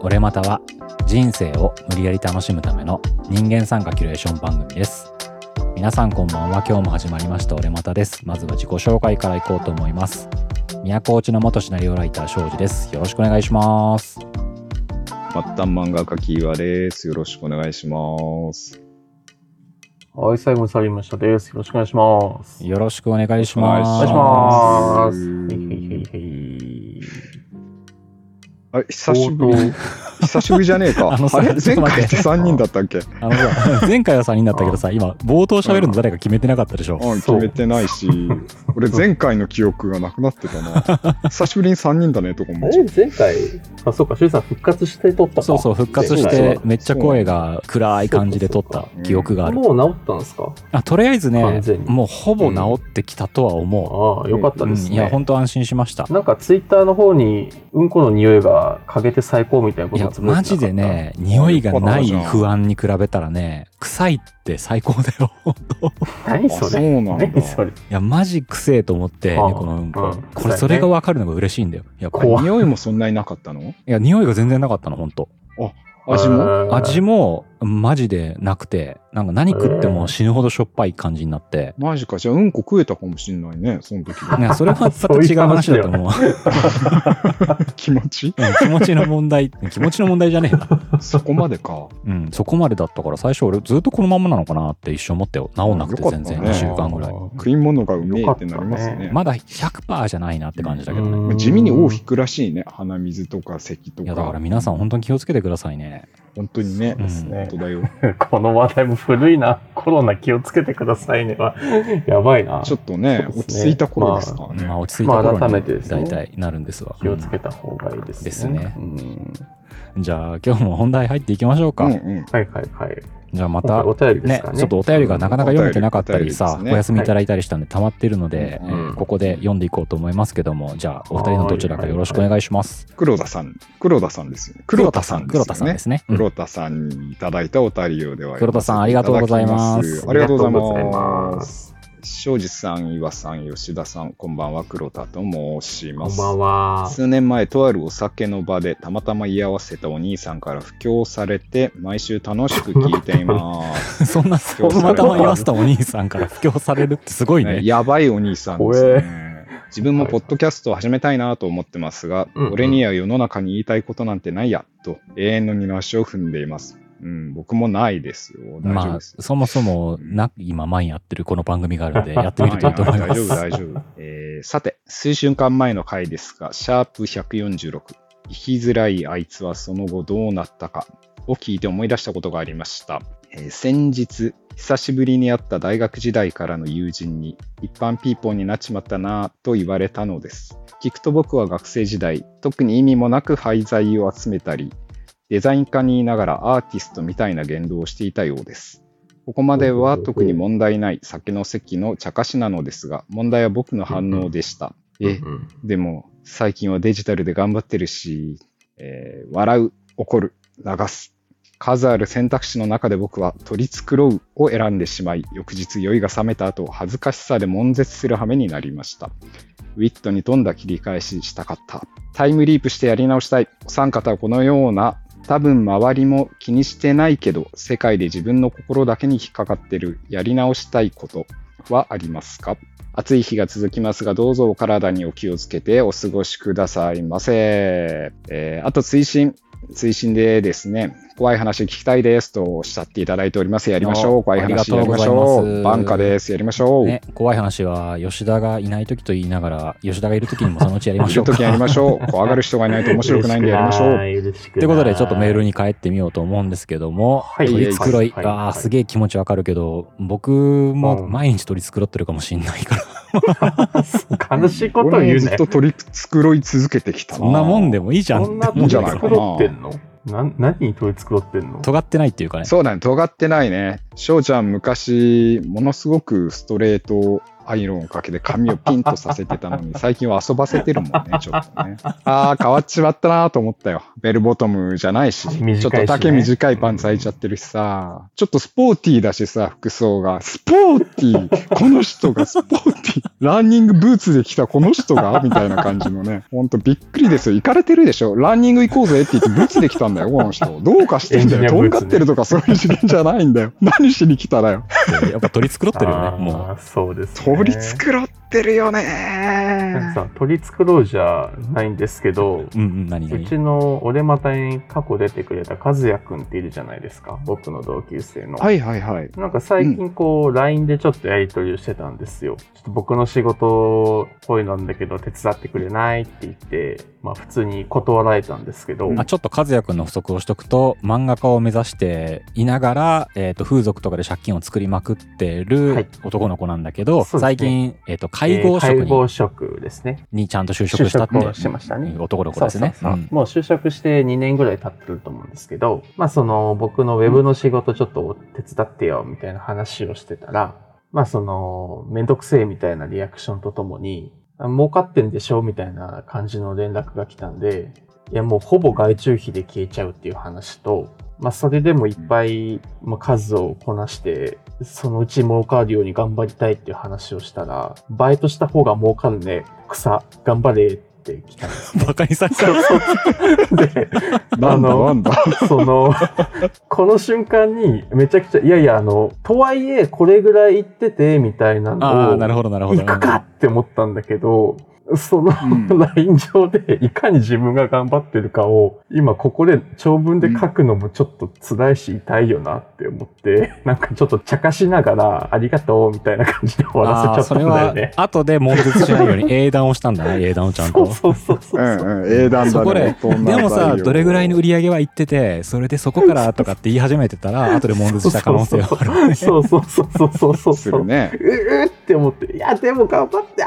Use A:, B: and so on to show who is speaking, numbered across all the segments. A: 俺または人生を無理やり楽しむための人間参加キュレーション番組です皆さんこんばんは今日も始まりました俺またですまずは自己紹介からいこうと思います宮古内の元シナリオライター庄司ですよろしくお願いします
B: 末端漫画家キーワです。よろしくお願いします。
C: はい、最後にサリムシタです。よろしくお願いします。
A: よろしくお願いします
C: お願いしま
B: お願いします
C: す。へいへいへいへい
B: あれ、久しぶり。久しぶりじゃねえ か。
A: あのさ
B: あれ
A: ちょっ
B: 前
A: と待
B: 回
A: っ
B: ってて3人だったっけう
A: あのさ前回は3人だったけどさ今冒頭喋るの誰か決めてなかったでしょ、
B: ん、決
C: そう
B: めてないし、俺前回の記憶がなくなってた な。久しぶりに3人だね、とか
C: あ
B: も。
C: れ前回、あ、そうか、シュウさん復活して撮ったか。
A: そうそう復活し
C: そうだ
A: て
C: よ
A: めっちゃ声が暗い感じで撮っ
C: そう
A: た
C: か
B: そうか
A: 記憶がある
C: もう治ったんですか
A: あとりあえずね
C: 完全に
A: もうほぼ治ってきたとは思
C: ああ、よかっ
A: う、
C: た
A: うん
C: です
A: いや
C: ね。
A: 本当安心しました
C: なんかツイッターの方に、うんこの匂いが嗅げて最高みたいないこと
A: や
C: つぶやい
A: マ
C: てなか
A: ジ
C: った
A: で。ね匂いがない不安に比べたらね臭いって最高だよ 本当い
C: 何
B: あ
C: そ
B: そ
C: れ
B: うなん
C: 何そ
B: だ。
C: れ
A: やマジ臭えと思って
C: ああ
A: 猫のうんこ、
C: うん
A: これそれが分かるのが嬉しいんだよやっぱり
C: 怖い
B: 匂いもそんなになかったの
A: いや匂いが全然なかったの本当
B: 味も
C: えー
A: 味もマジでなくてなんか何食っても死ぬほどしょっぱい感じにな って、
B: マジか。じゃあ、うんこ食えたかもしんないね、その時 は。
A: いやそれはまた違う話だと思う
B: 気持ち
A: うん気持ちの問題気持ちの問題じゃねえな、
B: そこまでか。
A: うん、そこまでだったから最初俺ずっとこのまんまなのかなって一生思ったよ治んなくて全然
B: よか
A: 2
B: った
A: 週
B: ね
A: 間ぐらい、
B: 食い物がうめえってなります
C: よかった
B: ね。
A: まだ100%じゃないなって感じだけどね、
C: うん
B: 地味に尾を引くらしいね。鼻水とか咳と
A: いやだから
B: か。
A: 皆さん本当に気をつけてくださいね
B: 本当にね。
A: うん
C: ですね
B: 本当だよ。
C: この話題も古いな。コロナ気をつけてくださいね は。やばいな。
B: ちょっとね、
C: そう
B: 落
C: ですね
B: ち着いた頃ですからね。
A: まあ落ち着いた頃
C: まあ改めてで
A: に
C: すね
A: 大体なるんですわ、
C: 気をつけた方がいいですね。
A: ですね
C: うん
A: うんじゃあ今日も本題入っていきましょうか、
B: うんうん。
C: はいはいはい。
A: じゃあま
C: ま
A: た
C: お便りで
A: ね
C: すかね。
A: ちょっとお便りがなかなか読めてなかったり
B: お
A: さ、
B: 便りお便りですね
A: お休みいただいたりしたんで溜まってるので、
B: うん
A: えーここで読んでいこうと思いますけどもじゃあお二人のどちらかよろしくお願いします
B: 黒田さん、黒田さんですよね。黒田さんです
A: 黒
B: よ
A: 田さん
B: ね
A: で。すね、うん
B: 黒田さんにいただいたお便りをでは
A: 黒田さんありがとうございます
B: ありがとうござい
C: ありがとうござい
B: ま。
C: ます
B: 庄司さん、岩さん、吉田さん、こんばんは、黒田と申し
C: こ
B: ま
C: ん
B: す。
C: ばんは。
B: 数年前、とあるお酒の場でたまたま居合わせたお兄さんから布教されて、毎週楽しく聞いています。
A: そんな
B: 今日
A: たまたま言わせたお兄さんから布教されるってすごいね
B: ねやばいお兄さんですね。自分もポッドキャストを始めたいなと思ってますが、
C: うんうん
B: 俺には世の中に言いたいことなんてないや、と永遠の二の足を踏んでいます。うん、僕もないですよ。大丈夫
A: まあ
B: です。
A: そもそもな今毎やってるこの番組があ るのでやってみるといいと思いま す
B: 大丈夫、大丈夫。えーさて、数週間前の回ですが、シャープ146、生きづらいあいつはその後どうなったかを聞いて思い出したことがありました。えー先日、久しぶりに会った大学時代からの友人に、一般ピーポーになっちまったなぁと言われたのです。聞くと僕は学生時代、特に意味もなく廃材を集めたり、デザイン科にいながらアーティストみたいな言動をしていたようです。ここまでは特に問題ない酒の席の茶化しなのですが、問題は僕の反応でした。え、
C: うん
B: でも最近はデジタルで頑張ってるし、えー笑う、怒る、流す。数ある選択肢の中で僕は取り繕うを選んでしまい、翌日酔いが覚めた後、恥ずかしさで悶絶する羽目になりました。ウィットに富んだ切り返ししたかった。タイムリープしてやり直したい。お三方はこのような、多分周りも気にしてないけど、世界で自分の心だけに引っかかってる、やり直したいことはありますか暑い日が続きますが、どうぞお体にお気をつけてお過ごしくださいませ。えーあと、推進。推進でですね、怖い話聞きたいですとおっしゃっていただいております。やりましょ
A: お
B: う。怖い話やりまし
A: ありがとうござ
B: ょ
A: います
B: う。バンカです。やりましょう。
A: ね、怖い話は吉田がいない時と言いながら吉田がいる時にもそのうちやりま
B: い
A: しょ
B: る
A: う か
B: ときやりまし ょう。怖がる人がいないと面白くないんでやりましょう。
C: 嬉し
A: と
C: くない
A: いうことで、ちょっとメールに帰ってみようと思うんですけども、
C: はい
A: 取り繕い、
C: はい
A: あ
C: は
A: あ、
C: い
A: すげえ気持ちわかるけど、僕も
C: うん
A: 毎日取り繕ってるかもしんないから、
C: 悲しいこと
B: 俺
C: 言
B: も
C: う
B: ずっ
C: ね。
B: と取り繕い続けてきた。
A: そんなもんでもいいじゃん
C: そんな
A: って
C: 取
A: 思
B: い
A: うん
B: い
C: り
B: じ
A: だ
B: ゃな
A: けど
B: いか、
C: 繕ってんのな何に取り繕ってんの
A: 尖ってないっていうかね。
B: そうだね、尖ってないね。翔ちゃん、昔、ものすごくストレートアイロンをかけて髪をピンとさせて たのに、最近は遊ばせてるもんね、ちょっとね。ああ、変わっちまったなと思ったよ。ベルボトムじゃないし、
C: 短いしね
B: ちょっと丈短いパンツ履いちゃってるしさ、ちょっとスポーティーだしさ、服装が。スポーティーこの人がスポーティー ランニングブーツで来たこの人がみたいな感じのね。ほんとびっくりですよ。行かれてるでしょ。ランニング行こうぜって言ってブーツで来たんだよ、この人。どうかしてんだ
C: エン
B: よ。と
C: ジニ
B: ん
C: アブーツね
B: がってるとかそういう次元じゃないんだよ。 何しに来ただよ。
A: て やっぱ取り繕ってるよね、もう。
C: う。そうです、ね。
B: 取り繕ってるよね
C: さ取り繕うじゃないんですけど、
A: うんうん、何
C: う
A: 々。
C: ちの俺またに過去出てくれた和也くんっているじゃないですか。僕の同級生の。
B: はいはいはい。
C: なんか最近こう、LINE でちょっとやり取りをしてたんですよ。ちょっと僕の仕事、こういうのなんだけど手伝ってくれないって言って、まあ普通に断られたんですけど、
B: うん
A: あちょっと和也くんの補足をしとくと漫画家を目指していながら、えー、と風俗とかで借金を作りまくって
C: は
A: る
C: い
A: 男の子なんだけど、
C: そうですね
A: 最近、えー、と介護職
C: えー介
A: に,、
C: 護職ですね。
A: にちゃんと就職したって
C: 就職をしましたね
A: うん男の子ですね。
C: そうそうそう
A: うん
C: もう就職して2年ぐらい経ってると思うんですけど、まあその僕のウェブの仕事ちょっと手伝ってよみたいな話をしてたら、まあその、めんどくせえみたいなリアクションとともに、あ儲かってんでしょみたいな感じの連絡が来たんで、いやもうほぼ外注費で消えちゃうっていう話と、まあそれでもいっぱいまあ数をこなして、そのうち儲かるように頑張りたいっていう話をしたら、バイトした方が儲かるね、草、頑張れって来たんです
A: バカにされた
C: そうそうで、
B: なんだ
C: あの
B: なんだ。
C: その、この瞬間にめちゃくちゃ、いやいや、あの、とはいえこれぐらい行ってて、みたいな
A: ああなる
C: の
A: ほ
C: を、
A: どなるほど。
C: 行くかって思ったんだけど、その、
B: うん
C: LINE 上でいかに自分が頑張ってるかを今ここで長文で書くのもちょっと辛いし痛いよなって思ってなんかちょっと茶化しながらありがとうみたいな感じで終わら
A: あー
C: せちゃ
A: そ
C: った
A: れ
C: んだよ
A: は
C: ね。
A: 後で悶絶しないように英断をしたんだ ね英断をちゃん
C: そ
A: と
C: う。そうそうそうう。
B: んうん、英断
A: そ
B: だ
A: こ
B: ね
A: で。
B: 大人だよ
A: でもさどれぐらいの売り上げは行っててそれでそこからとかって言い始めてたら後で悶絶した可能性はあるね。
C: そうそうそうそうそうそう
B: す
C: そう
B: る。ね。
C: うーって思って、いや、でも頑張って、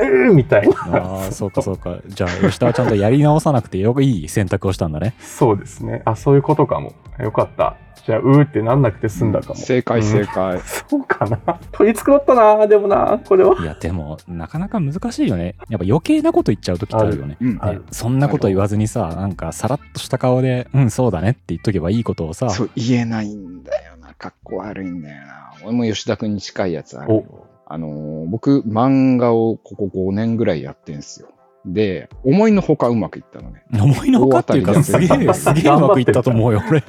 C: うーみたいな。
A: ああ、そうかそうか。じゃあ、吉田はちゃんとやり直さなくてよくいい選択をしたんだね。
C: そうですね。あ、そういうことかも。よかった。じゃあ、うーってなんなくて済んだかも。
B: 正解正解。
C: そうかな。取り繕ったな、でもな、これは。
A: いや、でも、なかなか難しいよね。やっぱ余計なこと言っちゃうときってあるよね。
B: うん
C: ある
A: ねそんなこと言わずにさ、なんかさらっとした顔で、うん、そうだねって言っとけばいいことをさ、
B: そう、言えないんだよな。かっこ悪いんだよな。俺も吉田くんに近いやつあるよ。あのー僕、漫画をここ5年ぐらいやってんすよ。で、思いのほかうまくいった のね。
A: 思いのほかっていうか、
B: 大
A: す
B: 当た
A: げ
B: り
C: だ
A: え、
C: ね
A: すげえうまくいったと思うよ、俺。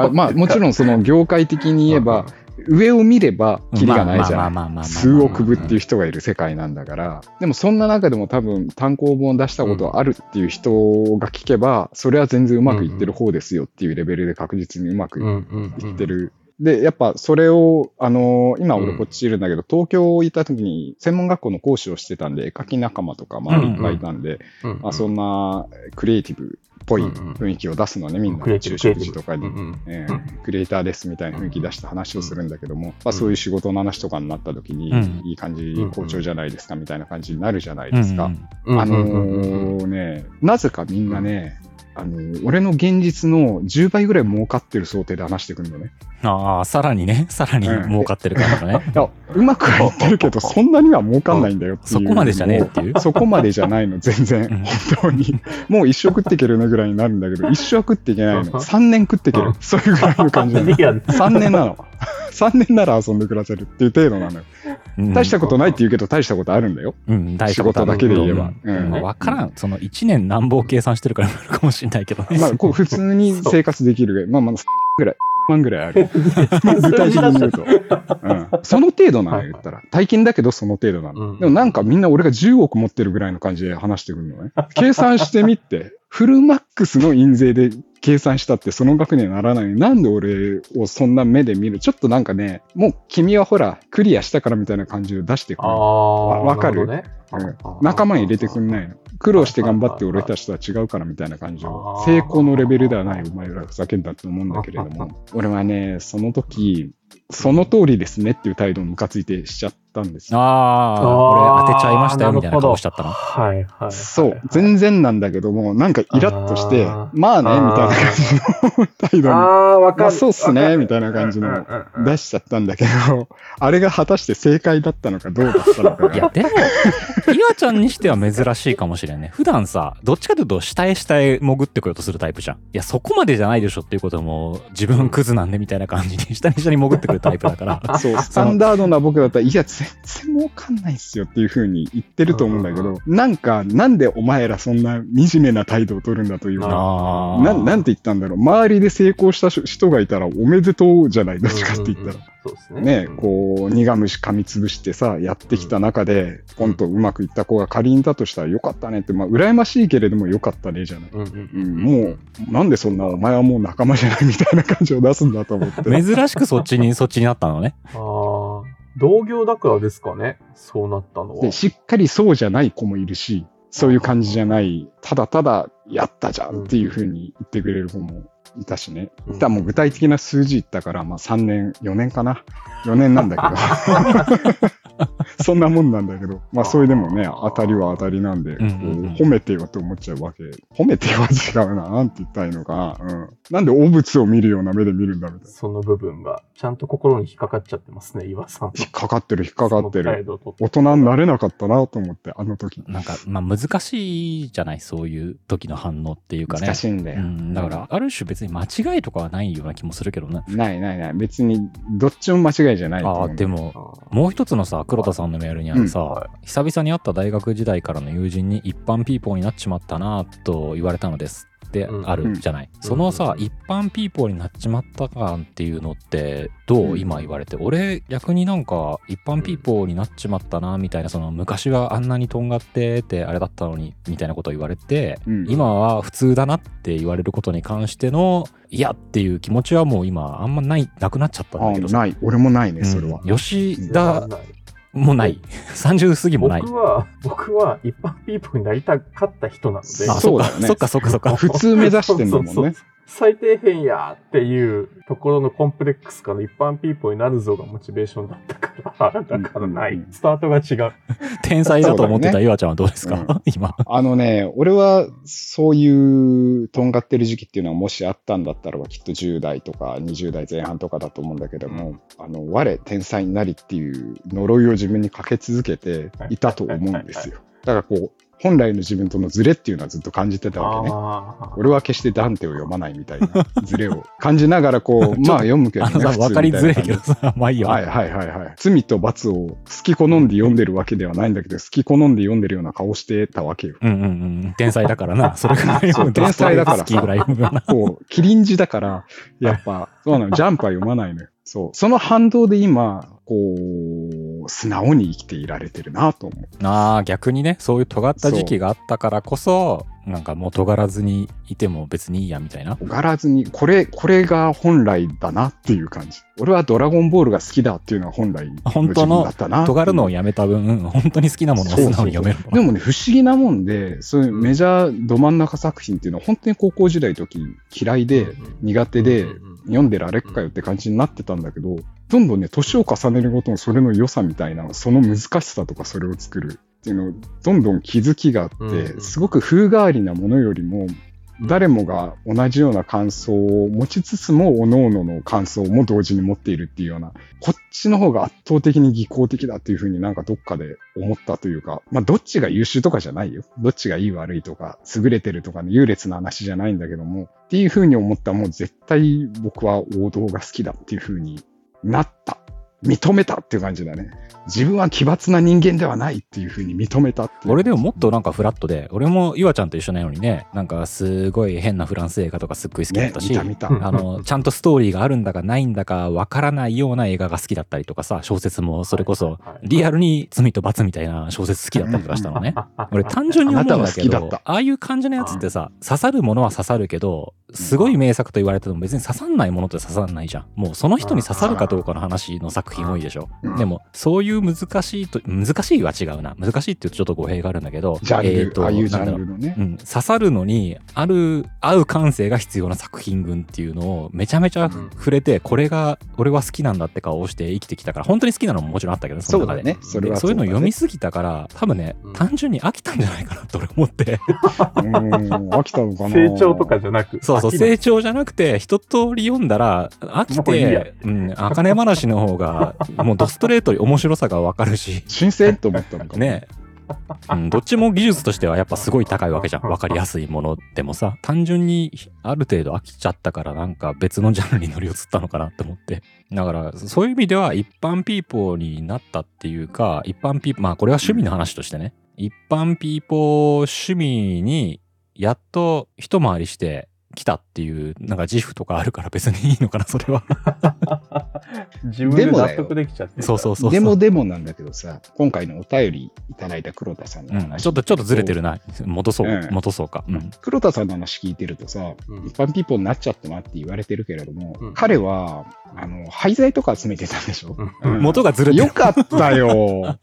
B: あまあ、もちろんその業界的に言えば、上を見ればキリがないじゃん。
A: まあまあまあまあまあまあまあまあ
B: 数億部っていう人がいる世界なんだから、でもそんな中でも多分単行本を出したことあるっていう人が聞けば、それは全然うまくいってる方ですよっていうレベルで確実にうまくい
C: ん
B: って。る。で、やっぱそれを、あのー今俺こっちいるんだけど、東京行った時に専門学校の講師をしてたんで、絵描き仲間とか周りいっぱいいたんで、
C: うんうん
B: まあ、そんなクリエイティブっぽい雰囲気を出すのはね、みんな
C: クリエイティ
B: 中
C: ブクリエ
B: 食
C: イテ
B: 時と
C: ィブ
B: かに
C: うんうん
B: え
C: う
B: ークリエイターですみたいな雰囲気出して話をするんだけども、まあ、そういう仕事の話とかになった時に、
A: うん
B: いい感じ
C: うん、
B: 好調じゃないですかみたいな感じになるじゃない
A: うんう
B: ですか。
A: ん
B: あの
C: うん
B: ーね、なぜかみんなね、あのー俺の現実の10倍ぐらい儲かってる想定で話してくるのね。
A: ああ、さらにね、さらに儲かってるからね。
B: いや、うまくはいってるけど、そんなには儲かんないんだよっていう。
A: そこまでじゃねえっていう。
B: そこまでじゃないの、全然。
A: うん
B: 本当に。もう一生食っていけるなぐらいになるんだけど、一生は食っていけないの。3年食っていける。そういうぐらいの感じなの
C: リアル。
B: 3年なの。3年なら遊んで暮らせるっていう程度なのよ。
A: うん
B: 大したことないって言うけど、大したことあるんだよ。
A: うん、大した
B: 仕
A: ことあ
B: 事
A: る
B: だけで言えば。
A: う
B: うんん
A: まあわからん。その1年何ぼ計算してるからなるかもしれないけどね。
B: まあ、こう普通に生活できるぐらい、まあまあ、ぐらい、万ぐらいある。 具体的に言うと。うんその程度なのよ、言ったら。体験だけどその程度な
C: うん
B: の。でもなんかみんな俺が10億持ってるぐらいの感じで話してくるの ね。計算してみって、フルマックスの印税で計算したってその額にはならないのになんで俺をそんな目で見るちょっとなんかね、もう君はほら、クリアしたからみたいな感じを出してく
C: あ
B: る。
C: あ。
B: わかる
C: なほどね
B: うん仲間に入れてくんないの。苦労して頑張って
C: はいは
B: 俺
C: いはい
B: たちとは違うからみたいな感じを
C: あ、ー
B: 成功のレベルではないお前らふざけんだと思うんだ けれども、俺はね、その時、その通りですねっていう態度をムカついてしちゃっったんですよ。
A: ああ、
C: あー
A: 俺当てちゃいましたよみたいな顔しちゃったな。
C: はいはいはい。
B: そう、全然なんだけども、なんかイラッとして
C: あ、ー
B: まあね、みたいな感じの態
C: あ
B: 度
C: あ、わか
B: まあ
C: る。
B: そうっすね
C: わかる
B: みたいな感じの
C: うんうんうんうん
B: に出しちゃったんだけど、あれが果たして正解だったのかどうだったのか
A: いや、
B: が、
A: でも、ひなちゃんにしては珍しいかもしれんね。普段さ、どっちかというと、下へ下へ潜ってこようとするタイプじゃん。いや、そこまでじゃないでしょっていうことも、自分クズなんでみたいな感じで、下に下に潜ってくるタイプだ から。
B: そう、スタンダードな僕だったら、いや、全然儲かんないっすよっていう風に言ってると思うんだけ
C: うん
B: ど、なんか、なんでお前らそんな惨めな態度を取るんだというか、
A: あー
B: ななんて言ったんだろう、周りで成功した人人がいたら、おめでとうじゃない、どっちかって言ったら。
C: うんうんうん。そうですね。
B: ね
C: う、ん
B: こう、苦虫噛みつぶしてさ、やってきた中で、ポンとうまくいった子が仮にだとしたら、よかったねって、まあ、羨ましいけれども、よかったねじゃない。
C: うんうん
B: う、
C: うんん。
B: もう、なんでそんな、お前はもう仲間じゃないみたいな感じを出すんだと思って。
A: 珍しくそっちに、そっちになったのね。
C: ああ、同業だからですかね。そうなったのは。
B: で、しっかりそうじゃない子もいるし、そういう感じじゃない、ただただやったじゃんっていうふうに言ってくれる子もいたしね。
C: う
B: だ
C: ん
B: からもう具体的な数字言ったから、まあ3年、4年かな。4年なんだけ ど。そんなもんなんだけど、まあそれでもね、当たりは当たりなんで、
A: う
B: こうん
A: うんうん
B: 褒めてよって思っちゃうわけ。褒めてよは違うな。なんて言ったらいいのかな。うん。なんで汚物を見るような目で見るんだみたいな。
C: その部分が、ちゃんと心に引っかかっちゃってますね、岩さん。
B: 引っかかってる、引っかかってる。
C: その態度と。
B: 大人になれなかったなと思って、あの時。
A: なんか、まあ難しいじゃない、そういう時の反応っていうかね。
B: 難しいんだよ。
A: うん、だから、ある種別に間違いとかはないような気もするけどね。
B: ないないない。別に、どっちも間違いじゃないと
A: あ
B: 思
A: あ、
B: う。
A: でも、
C: あ
A: もう一つのさ黒田さんのメールにあるさ、
B: うん
C: は
A: 久々に会った大学時代からの友人に一般ピーポーになっちまったなぁと言われたのですって
C: うん
A: あるじゃない、
C: ん
A: そのさ、
C: うん
A: 一般ピーポーになっちまった感っていうのってどう、
B: うん
A: 今言われて俺逆になんか一般ピーポーになっちまったなみたいなその昔はあんなにとんがっててあれだったのにみたいなことを言われて、
B: うん
A: 今は普通だなって言われることに関してのいやっていう気持ちはもう今あんまないなくなっちゃったん
B: あ
A: だけどさ
B: ない。俺もないね、それは。
A: うん吉
C: ー
A: 田
C: ない
A: もうない。30過ぎもない。
C: 僕は、僕は一般ピーポーになりたかった人なので、
B: あ
A: そ
B: そうう
A: か
B: だよ、ね
A: そっか、そっか、そっか。
B: 普通目指してんだもんね。
C: そうそうそう最底辺やっていうところのコンプレックスから一般ピーポーになるぞがモチベーションだったから、だからない。
B: うんうん
C: スタートが違う。
A: 天才だと思って
B: そうだ
A: た
B: ね
A: 岩ちゃんはどうですか、
B: う
A: 今。
B: あのね、俺はそういうとんがってる時期っていうのはもしあったんだったらばきっと10代とか20代前半とかだと思うんだけども、あの、我天才なりっていう呪いを自分にかけ続けていたと思うんですよ。だからこう、本来の自分とのズレっていうのはずっと感じてたわけね。
C: あ
B: 俺は決してダンテを読まないみたいな ズレを感じながらこ
A: ちょっ
B: う、
A: と
B: まあ読むけど
A: あ
B: ね。
A: のさ、
B: 普通みた
A: 分
B: いな
A: かりづらいけどさ、まあいいよ。
B: はいはいはいはい。罪と罰を好き好んで読んでるわけではないんだけど、好き好んで読んでるような顔してたわけよ。
A: うんうんうん。天才だから な。それぐらい
B: そう天才だから
A: 好きぐらい読むよな。
B: こ う、キリンジだから、やっぱ、そうなの、ジャンプは読まないのよ。そう。その反動で今、こう、素直に生きていられてるなと思う。
A: ああ、逆にね、そういう尖った時期があったからこそ、なんかもう尖らずにいても別にいいや、みたいな。
B: がらずに、これ、これが本来だなっていう感じ。俺はドラゴンボールが好きだっていうのは本来の自分だったなっていう
A: 尖るのをやめた分、本当に好きなものを素直に読めるのか
B: で
A: な。
B: もね、不思議なもんで、そういうメジャーど真ん中作品っていうのは本当に高校時代の時嫌いで、苦手で、読んでるあれっかよって感じになってたんだけど、どんどんね、年を重ねるごとのそれの良さみたいな、その難しさとかそれを作るっていうのを、どんどん気づきがあ
C: う
B: っ
C: んうん
B: て、すごく風変わりなものよりも、誰もが同じような感想を持ちつつも、各々の感想も同時に持っているっていうような、こっちの方が圧倒的に技巧的だっていうふうになんかどっかで思ったというか、まあどっちが優秀とかじゃないよ。どっちがいい悪いとか、優れてるとかの優劣の話じゃないんだけども、っていうふうに思ったもう絶対僕は王道が好きだっていうふうになった。認めたっていう感じだね。自分は奇抜な人間ではないっていうふうに認めたっていう
A: 俺でももっとなんかフラットで、俺も岩ちゃんと一緒なのにね、なんかすごい変なフランス映画とかすっごい好きだっ
B: ね
A: た、し、
B: 見た見た。
C: うん
A: あの、ちゃんとストーリーがあるんだかないんだかわからないような映画が好きだったりとかさ、小説もそれこそ、リアルに罪と罰みたいな小説好きだったりとかした のね。俺単純に思うんだけ
B: あなたは
A: ど、
B: 好きだ
A: あ
B: っ
A: あいう感じのやつってさ、刺さるものは刺さるけど、すごい名作と言われても別に刺さんないものって刺さんないじゃん。もうその人に刺さるかどうかの話の作作品多いでしょ
B: うん。
A: でも、そういう難しいと、難しいは違うな。難しいって言うとちょっと語弊があるんだけど、
B: ジャン
A: えー
B: ル、
A: と
B: ああいうジ
A: なんだろ
B: ャン
A: う
B: ルのね
A: う。ん、刺さるのにある合う感性が必要な作品群っていうのをめちゃめちゃ
C: うん
A: 触れて、これが俺は好きなんだって顔をして生きてきたから本当に好きなのももちろんあったけど
B: そう
A: の中
B: だ
A: で
B: ね。
C: で
B: それ
A: で
B: は
A: そういうの
B: だね
A: 読みすぎたから多分ね、
C: うん
A: 単純に飽きたんじゃないかなと俺思って
B: うん、飽きたのかな。
C: 成長とかじゃなく。
A: そうそう、
C: 飽きない
A: 成長じゃなくて、一通り読んだら、飽き
C: もういいや
A: て、うん、あかね話の方が、もうドストレートに面白さがわかるし、
B: 新鮮と思ったのかな。
A: ね、うん、どっちも技術としてはやっぱすごい高いわけじゃん。わかりやすいものでもさ、単純にある程度飽きちゃったから、なんか別のジャンルに乗り移ったのかなって思って。だから、そういう意味では一般ピーポーになったっていうか、一般ピーポー、まあこれは趣味の話としてね、一般ピーポー趣味にやっと一回りして来たっていう、なんか自負とかあるから別にいいのかな、それ は。
C: 自分で納得できちゃって。
A: そうそうそうそう。
B: でもでもなんだけどさ、今回のお便りいただいた黒田さんの
A: うん、
B: 話、
A: ちょっと、ちょっとずれてるな。戻そう、
B: うん
A: 戻そうか。うん。
B: 黒田さんの話聞いてるとさ、
C: うん
B: 一般ピーポーになっちゃったなって言われてるけれども、
C: うん
B: 彼はあの廃材とか集めてたんでしょ、
C: うん
B: うん
A: 元がずれてる
B: よ。かったよよ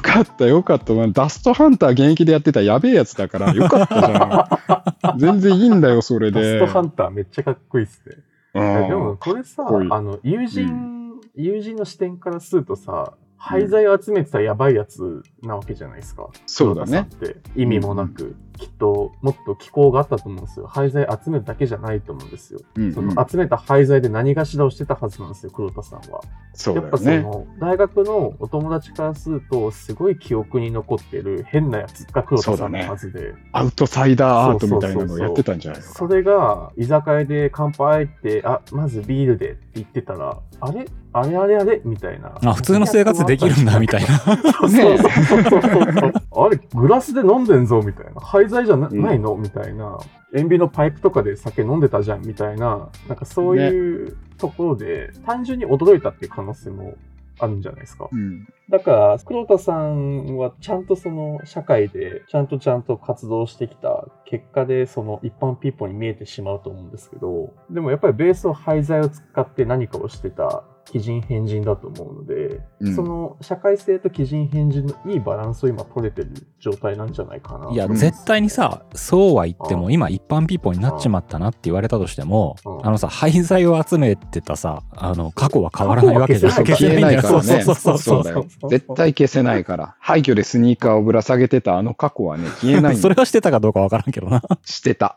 B: かったよかったダストハンター現役でやってたやべえやつだからよかったじゃん全然いいんだよそれ
C: ダ
B: で
C: ストハンターめっちゃかっこいいっすね。
B: うん
C: でもこれさ、
B: かっこいい
C: あの、友人、
B: う
C: 友人の視点からするとさ、廃材を集めてたやばいやつなわけじゃないですか。
B: そうだね
C: 黒田さんって意味もなく、きっともっと機構があったと思うんですよ。廃材集めるだけじゃないと思うんですよ。
B: うんうん
C: その集めた廃材で何がしらをしてたはずなんですよ、黒田さんは。
B: そう
C: や
B: だよ
C: っぱそ
B: ね
C: の、大学のお友達からすると、すごい記憶に残ってる変なやつが黒田さんのはずで。
B: アウトサイダーアートみたいなのをやってたんじゃないのか
C: それが、居酒屋で乾杯って、あ、まずビールでって言ってたら、あれあれあれあれみたいな。
A: あ、普通の生活できるんだ、みたいな。
C: そうそうそう そう。あれグラスで飲んでんぞ、みたいな。廃材じゃな,、
B: うん
C: いのみたいな。塩ビのパイプとかで酒飲んでたじゃん、みたいな。なんかそういうところで、単純に驚いたっていう可能性もあるんじゃないですか。
B: うん
C: だから、黒田さんはちゃんとその社会で、ちゃんとちゃんと活動してきた結果で、その一般ピーポーに見えてしまうと思うんですけど、でもやっぱりベースを廃材を使って何かをしてた、奇人変人だと思うので、
B: うん
C: その社会性と奇人変人のいいバランスを今取れてる状態なんじゃないかな。
A: いや、
B: うん
A: 絶対にさ、そうは言って
C: う
A: も、今、一般ピーポーになっちまったなって言われたとしても
C: う、ん
A: あのさ、廃材を集めてたさ、あの、過去は変わらないわけじゃん。
C: 過去は
B: 消えないか
A: 消
B: らね
A: せないんだよそうそうそ
B: そうう
A: そ
B: だ
A: う。
B: よ絶対消せないから廃墟でスニーカーをぶら下げてたあの過去はね消えないん
A: そ
B: だ
A: れはしてたかどうかわからんけどな。
B: してた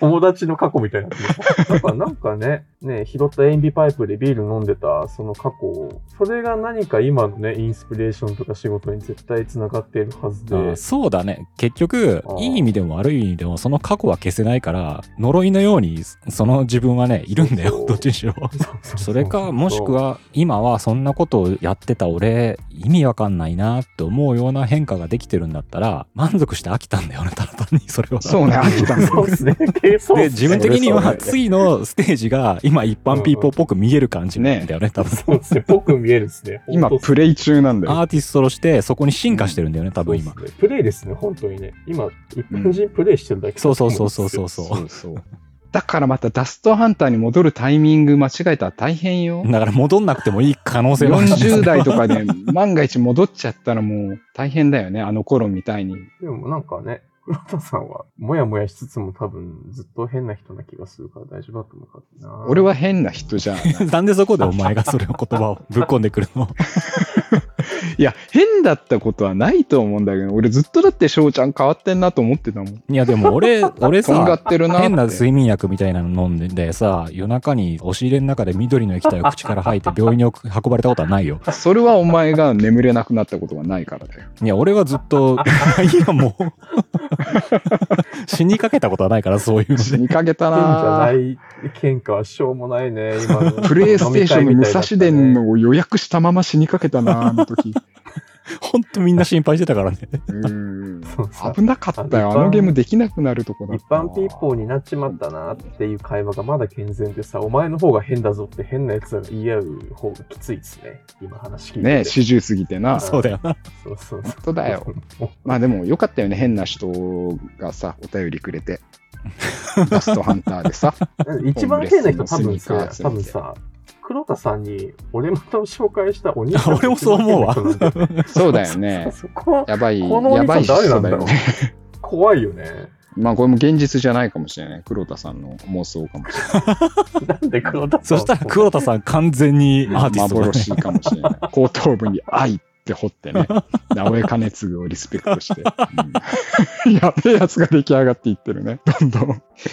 C: 友達の過去みたいな。だからなんかね、ね、拾った塩ビパイプでビール飲んでたその過去を、それが何か今のね、インスピレーションとか仕事に絶対つながっているはずで、
A: うんそうだね。結局
C: う、ん
A: いい意味でも悪い意味でも、その過去は消せないから、呪いのように、その自分はね、いるんだ
C: そ
A: よ。
C: う
A: どっちにしろ。
C: そうそう
A: それか、もしく、は、今はそんなことをやってた俺、意味わかんないなって思うような変化ができてるんだったら、満足して飽きたんだよね、ただ単に、それは。
B: そうね飽きた んだ
C: そうですね。そう
A: で、
C: っすね
A: 自分的に
C: そう
A: は
C: ですね
A: 次のステージが今一般ピーポーっぽく見える感じなんだよね、多分。
C: そうですね。僕見えるで すね。
B: 今
C: 本当っす
B: プレイ中なんだよ
A: アーティストとしてそこに進化してるんだよね、多分今
C: そ。うっすねプレイですね、本当にね。今、一般人プレイしてるだけだと
A: そう
C: 思
A: そ
C: ん
A: う
C: です
A: そ
C: よ
A: うそうそうそ
B: そうそう。だからまたダストハンターに戻るタイミング間違えたら大変よ
A: う。。だから戻んなくてもいい可能性はあるんですよ
B: 40代とかで万が一戻っちゃったらもう大変だよね、あの頃みたいに。
C: でもなんかね、黒田さんは、もやもやしつつも多分、ずっと変な人な気がするから大丈夫だと思うからな。
B: 俺は変な人じゃん。い
A: なんでそこでお前がそれを言葉をぶっ込んでくる の
B: や、変だったことはないと思うんだけど、俺ずっとだって翔ちゃん変わってんなと思ってたもん。
A: いやでも俺、俺
B: とんが
A: さ
B: っ、てるなって。
A: 変な睡眠薬みたいなの飲んでさ、夜中に押し入れの中で緑の液体を口から吐いて病院に運ばれたことはない よ。
B: それはお前が眠れなくなったことがないからだよ。
A: いや、俺はずっと、 いやもう、死にかけたことはないから、そういうの
B: 死
A: で。
B: にかけた
C: 変じゃな
B: ない
C: 喧嘩はしょうもないね、今の。
B: プレイステーションの武蔵伝
C: 飲み会みたいだったね。
B: のを予約したまま死にかけたなあの時。
A: ほんとみんな心配してたからね。
B: うん
C: そうそう
B: 危なかったよ。
C: 一
B: あ
C: 般
B: のゲームできなくなるとこだっ
C: 一
B: た。
C: 般ピーポーになっちまったなっていう会話がまだ健全でさ、お前の方が変だぞって変な奴らが言い合う方がきついですね。今話聞いてて。
B: ね四十過ぎてな。
C: そ
A: そうだよな。
C: そうそうそう。
B: 本当だよ。まあでもよかったよね。変な人がさ、お便りくれて。 ラストハンターでさ。
C: 一番変な人多分さ、多分さ、黒田さんに俺またを紹介したお兄さん
A: 俺もそう思うわ
C: 一番変な人なんだよね
B: そうだよね
C: そこ
B: やばい、
C: このお
B: や
C: 兄
B: ば
C: さ
B: い
C: ん誰なんだ
B: よ
C: ろう
B: ね。
C: 怖いよね。
B: まあこれも現実じゃないかもしれない。黒田さんの妄想かもしれない。
C: なんで黒田さ
A: そ
C: ん
A: したら黒田さん完全にアーティストだね。
B: 幻かもし れない。後頭部に愛って掘ってね、直江兼次をリスペクトして。うん やべえやつが出来上がっていってるね、どんどん。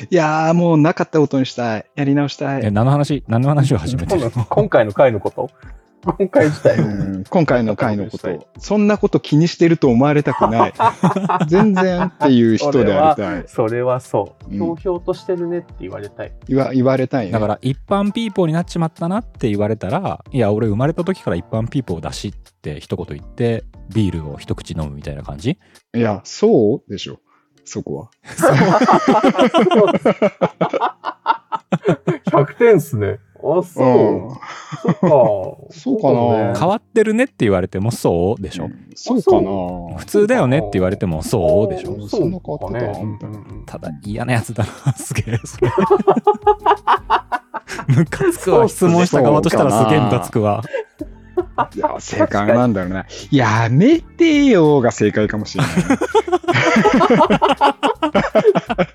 B: いやーもうなかったことにしたい。やり直した
A: え、
B: い。
A: 何の話、何の話を始めてるの
C: 今今回の回のこと今回自体
B: う
C: を
B: ん今回の回のこ
C: なかっ
B: と、
C: た
B: そんなこと気にしてると思われたく ない。全然っていう人でありたい。
C: それはそう。
B: うん
C: ひょうひょうとしてるねって言われたい。
B: 言わ言われたいね。
A: だから一般ピーポーになっちまったなって言われたら、いや、俺生まれた時から一般ピーポーだしって一言言って、ビールを一口飲むみたいな感じ
B: いや、そうでしょ。そこは。
C: 100点っすね。あ、そう。
B: ん
C: そっ
B: そ
C: か。
B: うかな
C: そう
A: 変わってるねって言われてもそうでしょ。
B: そうかな
A: 普通だよねって言われてもそうでしょ。
B: ょ
C: そう
B: そんな変わってた
C: うんうんうん
A: ただ嫌なやつだな、すげ え、それ。ムカつくわ、質問した側としたらすげえムカつくわ。
B: いや、正解なんだろうな。やめてよが正解かもしれない。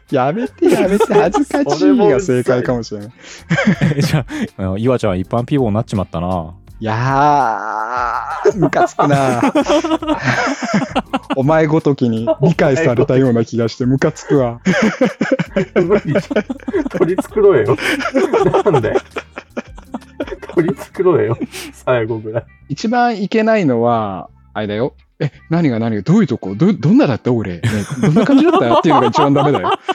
B: やめてやめて恥ずかしいが正解かもしれない。
A: じゃああの、岩ちゃん一般ピーポーになっちまったな。
B: いやー、ムカつくな。お前ごときに理解されたような気がしてムカつくわ。
C: 無理じゃん。取り繕えよ。なんで取り繕えよ。最後ぐらい。
B: 一番いけないのは、あれだよ。え、何が何がどういうとこど、どんなだった俺、ねどんな感じだったっていうのが一番ダメだよ。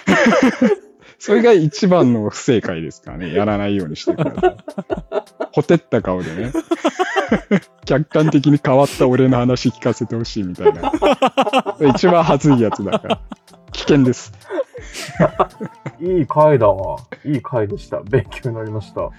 B: それが一番の不正解ですからね。やらないようにしてください。ほてった顔でね。 客観的に変わった俺の話聞かせてほしいみたいな。一番恥ずいやつだから。危険です。
C: いい回だわ。いい回でした。勉強になりました。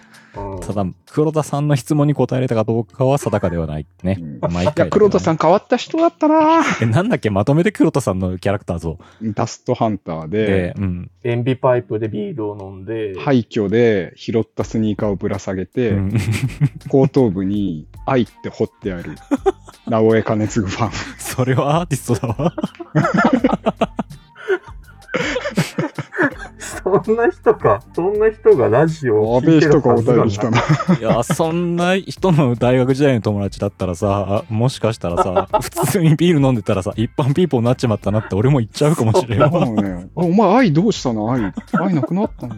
C: うん、
A: ただ、黒田さんの質問に答えれたかどうかは定かではないね。
B: うん
A: 毎回だ
B: い
A: けど
B: や、
A: ね
B: 黒田さん変わった人だったな
A: え、なんだっけ、まとめて黒田さんのキャラクター像。
B: ダストハンターで、
A: で、うん。
C: 塩ビパイプでビールを飲んで、
B: 廃墟で拾ったスニーカーをぶら下げて、
A: うん
B: 後頭部に「愛」って彫ってある直江兼次 ファン
A: それはアーティストだわ。
C: そんな人か。そんな人がラジオを
B: や
C: 聞
B: べ
C: い
B: え
C: て
B: 人
C: る
B: が
C: は
B: お
C: ずな
B: 便
C: ん
B: り来た
C: だ。
B: ない
A: や、そんな人の大学時代の友達だったらさ、もしかしたらさ、 普通にビール飲んでたらさ、一般ピーポーになっちまったなって俺も言っちゃうかもしれん
B: そ
A: わ。
B: うねあお前愛どうしたの愛愛なくなったの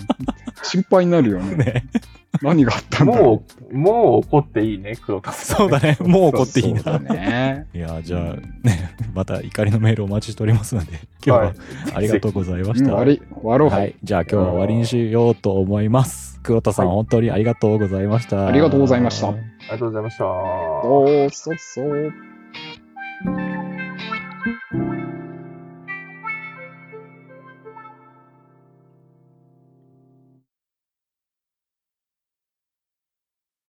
B: 心配になるよね
A: ね、
B: 何があったんだろ
C: もう、もう怒っていいね、黒田さ
A: そ
C: ん。
A: うだね。もう怒っていい
B: そうだ
A: な。
B: ね
A: いや、じゃあ
B: うん、
A: ね、また怒りのメールお待ちしておりますので、今日はありがとうございま
B: う
A: し
B: ん
A: た。
B: 悪い終わろう、
A: はい、じゃあ今日は終わりにしようと思います。黒田さん、
C: はい
A: 本当にありがとうございました。
B: ありがとうございました
C: ありがとうございました。
B: そうそうそう
C: 「